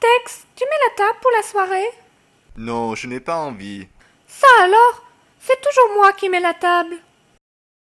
Tex, tu mets la table pour la soirée Non, je n'ai pas envie. Ça alors C'est toujours moi qui mets la table.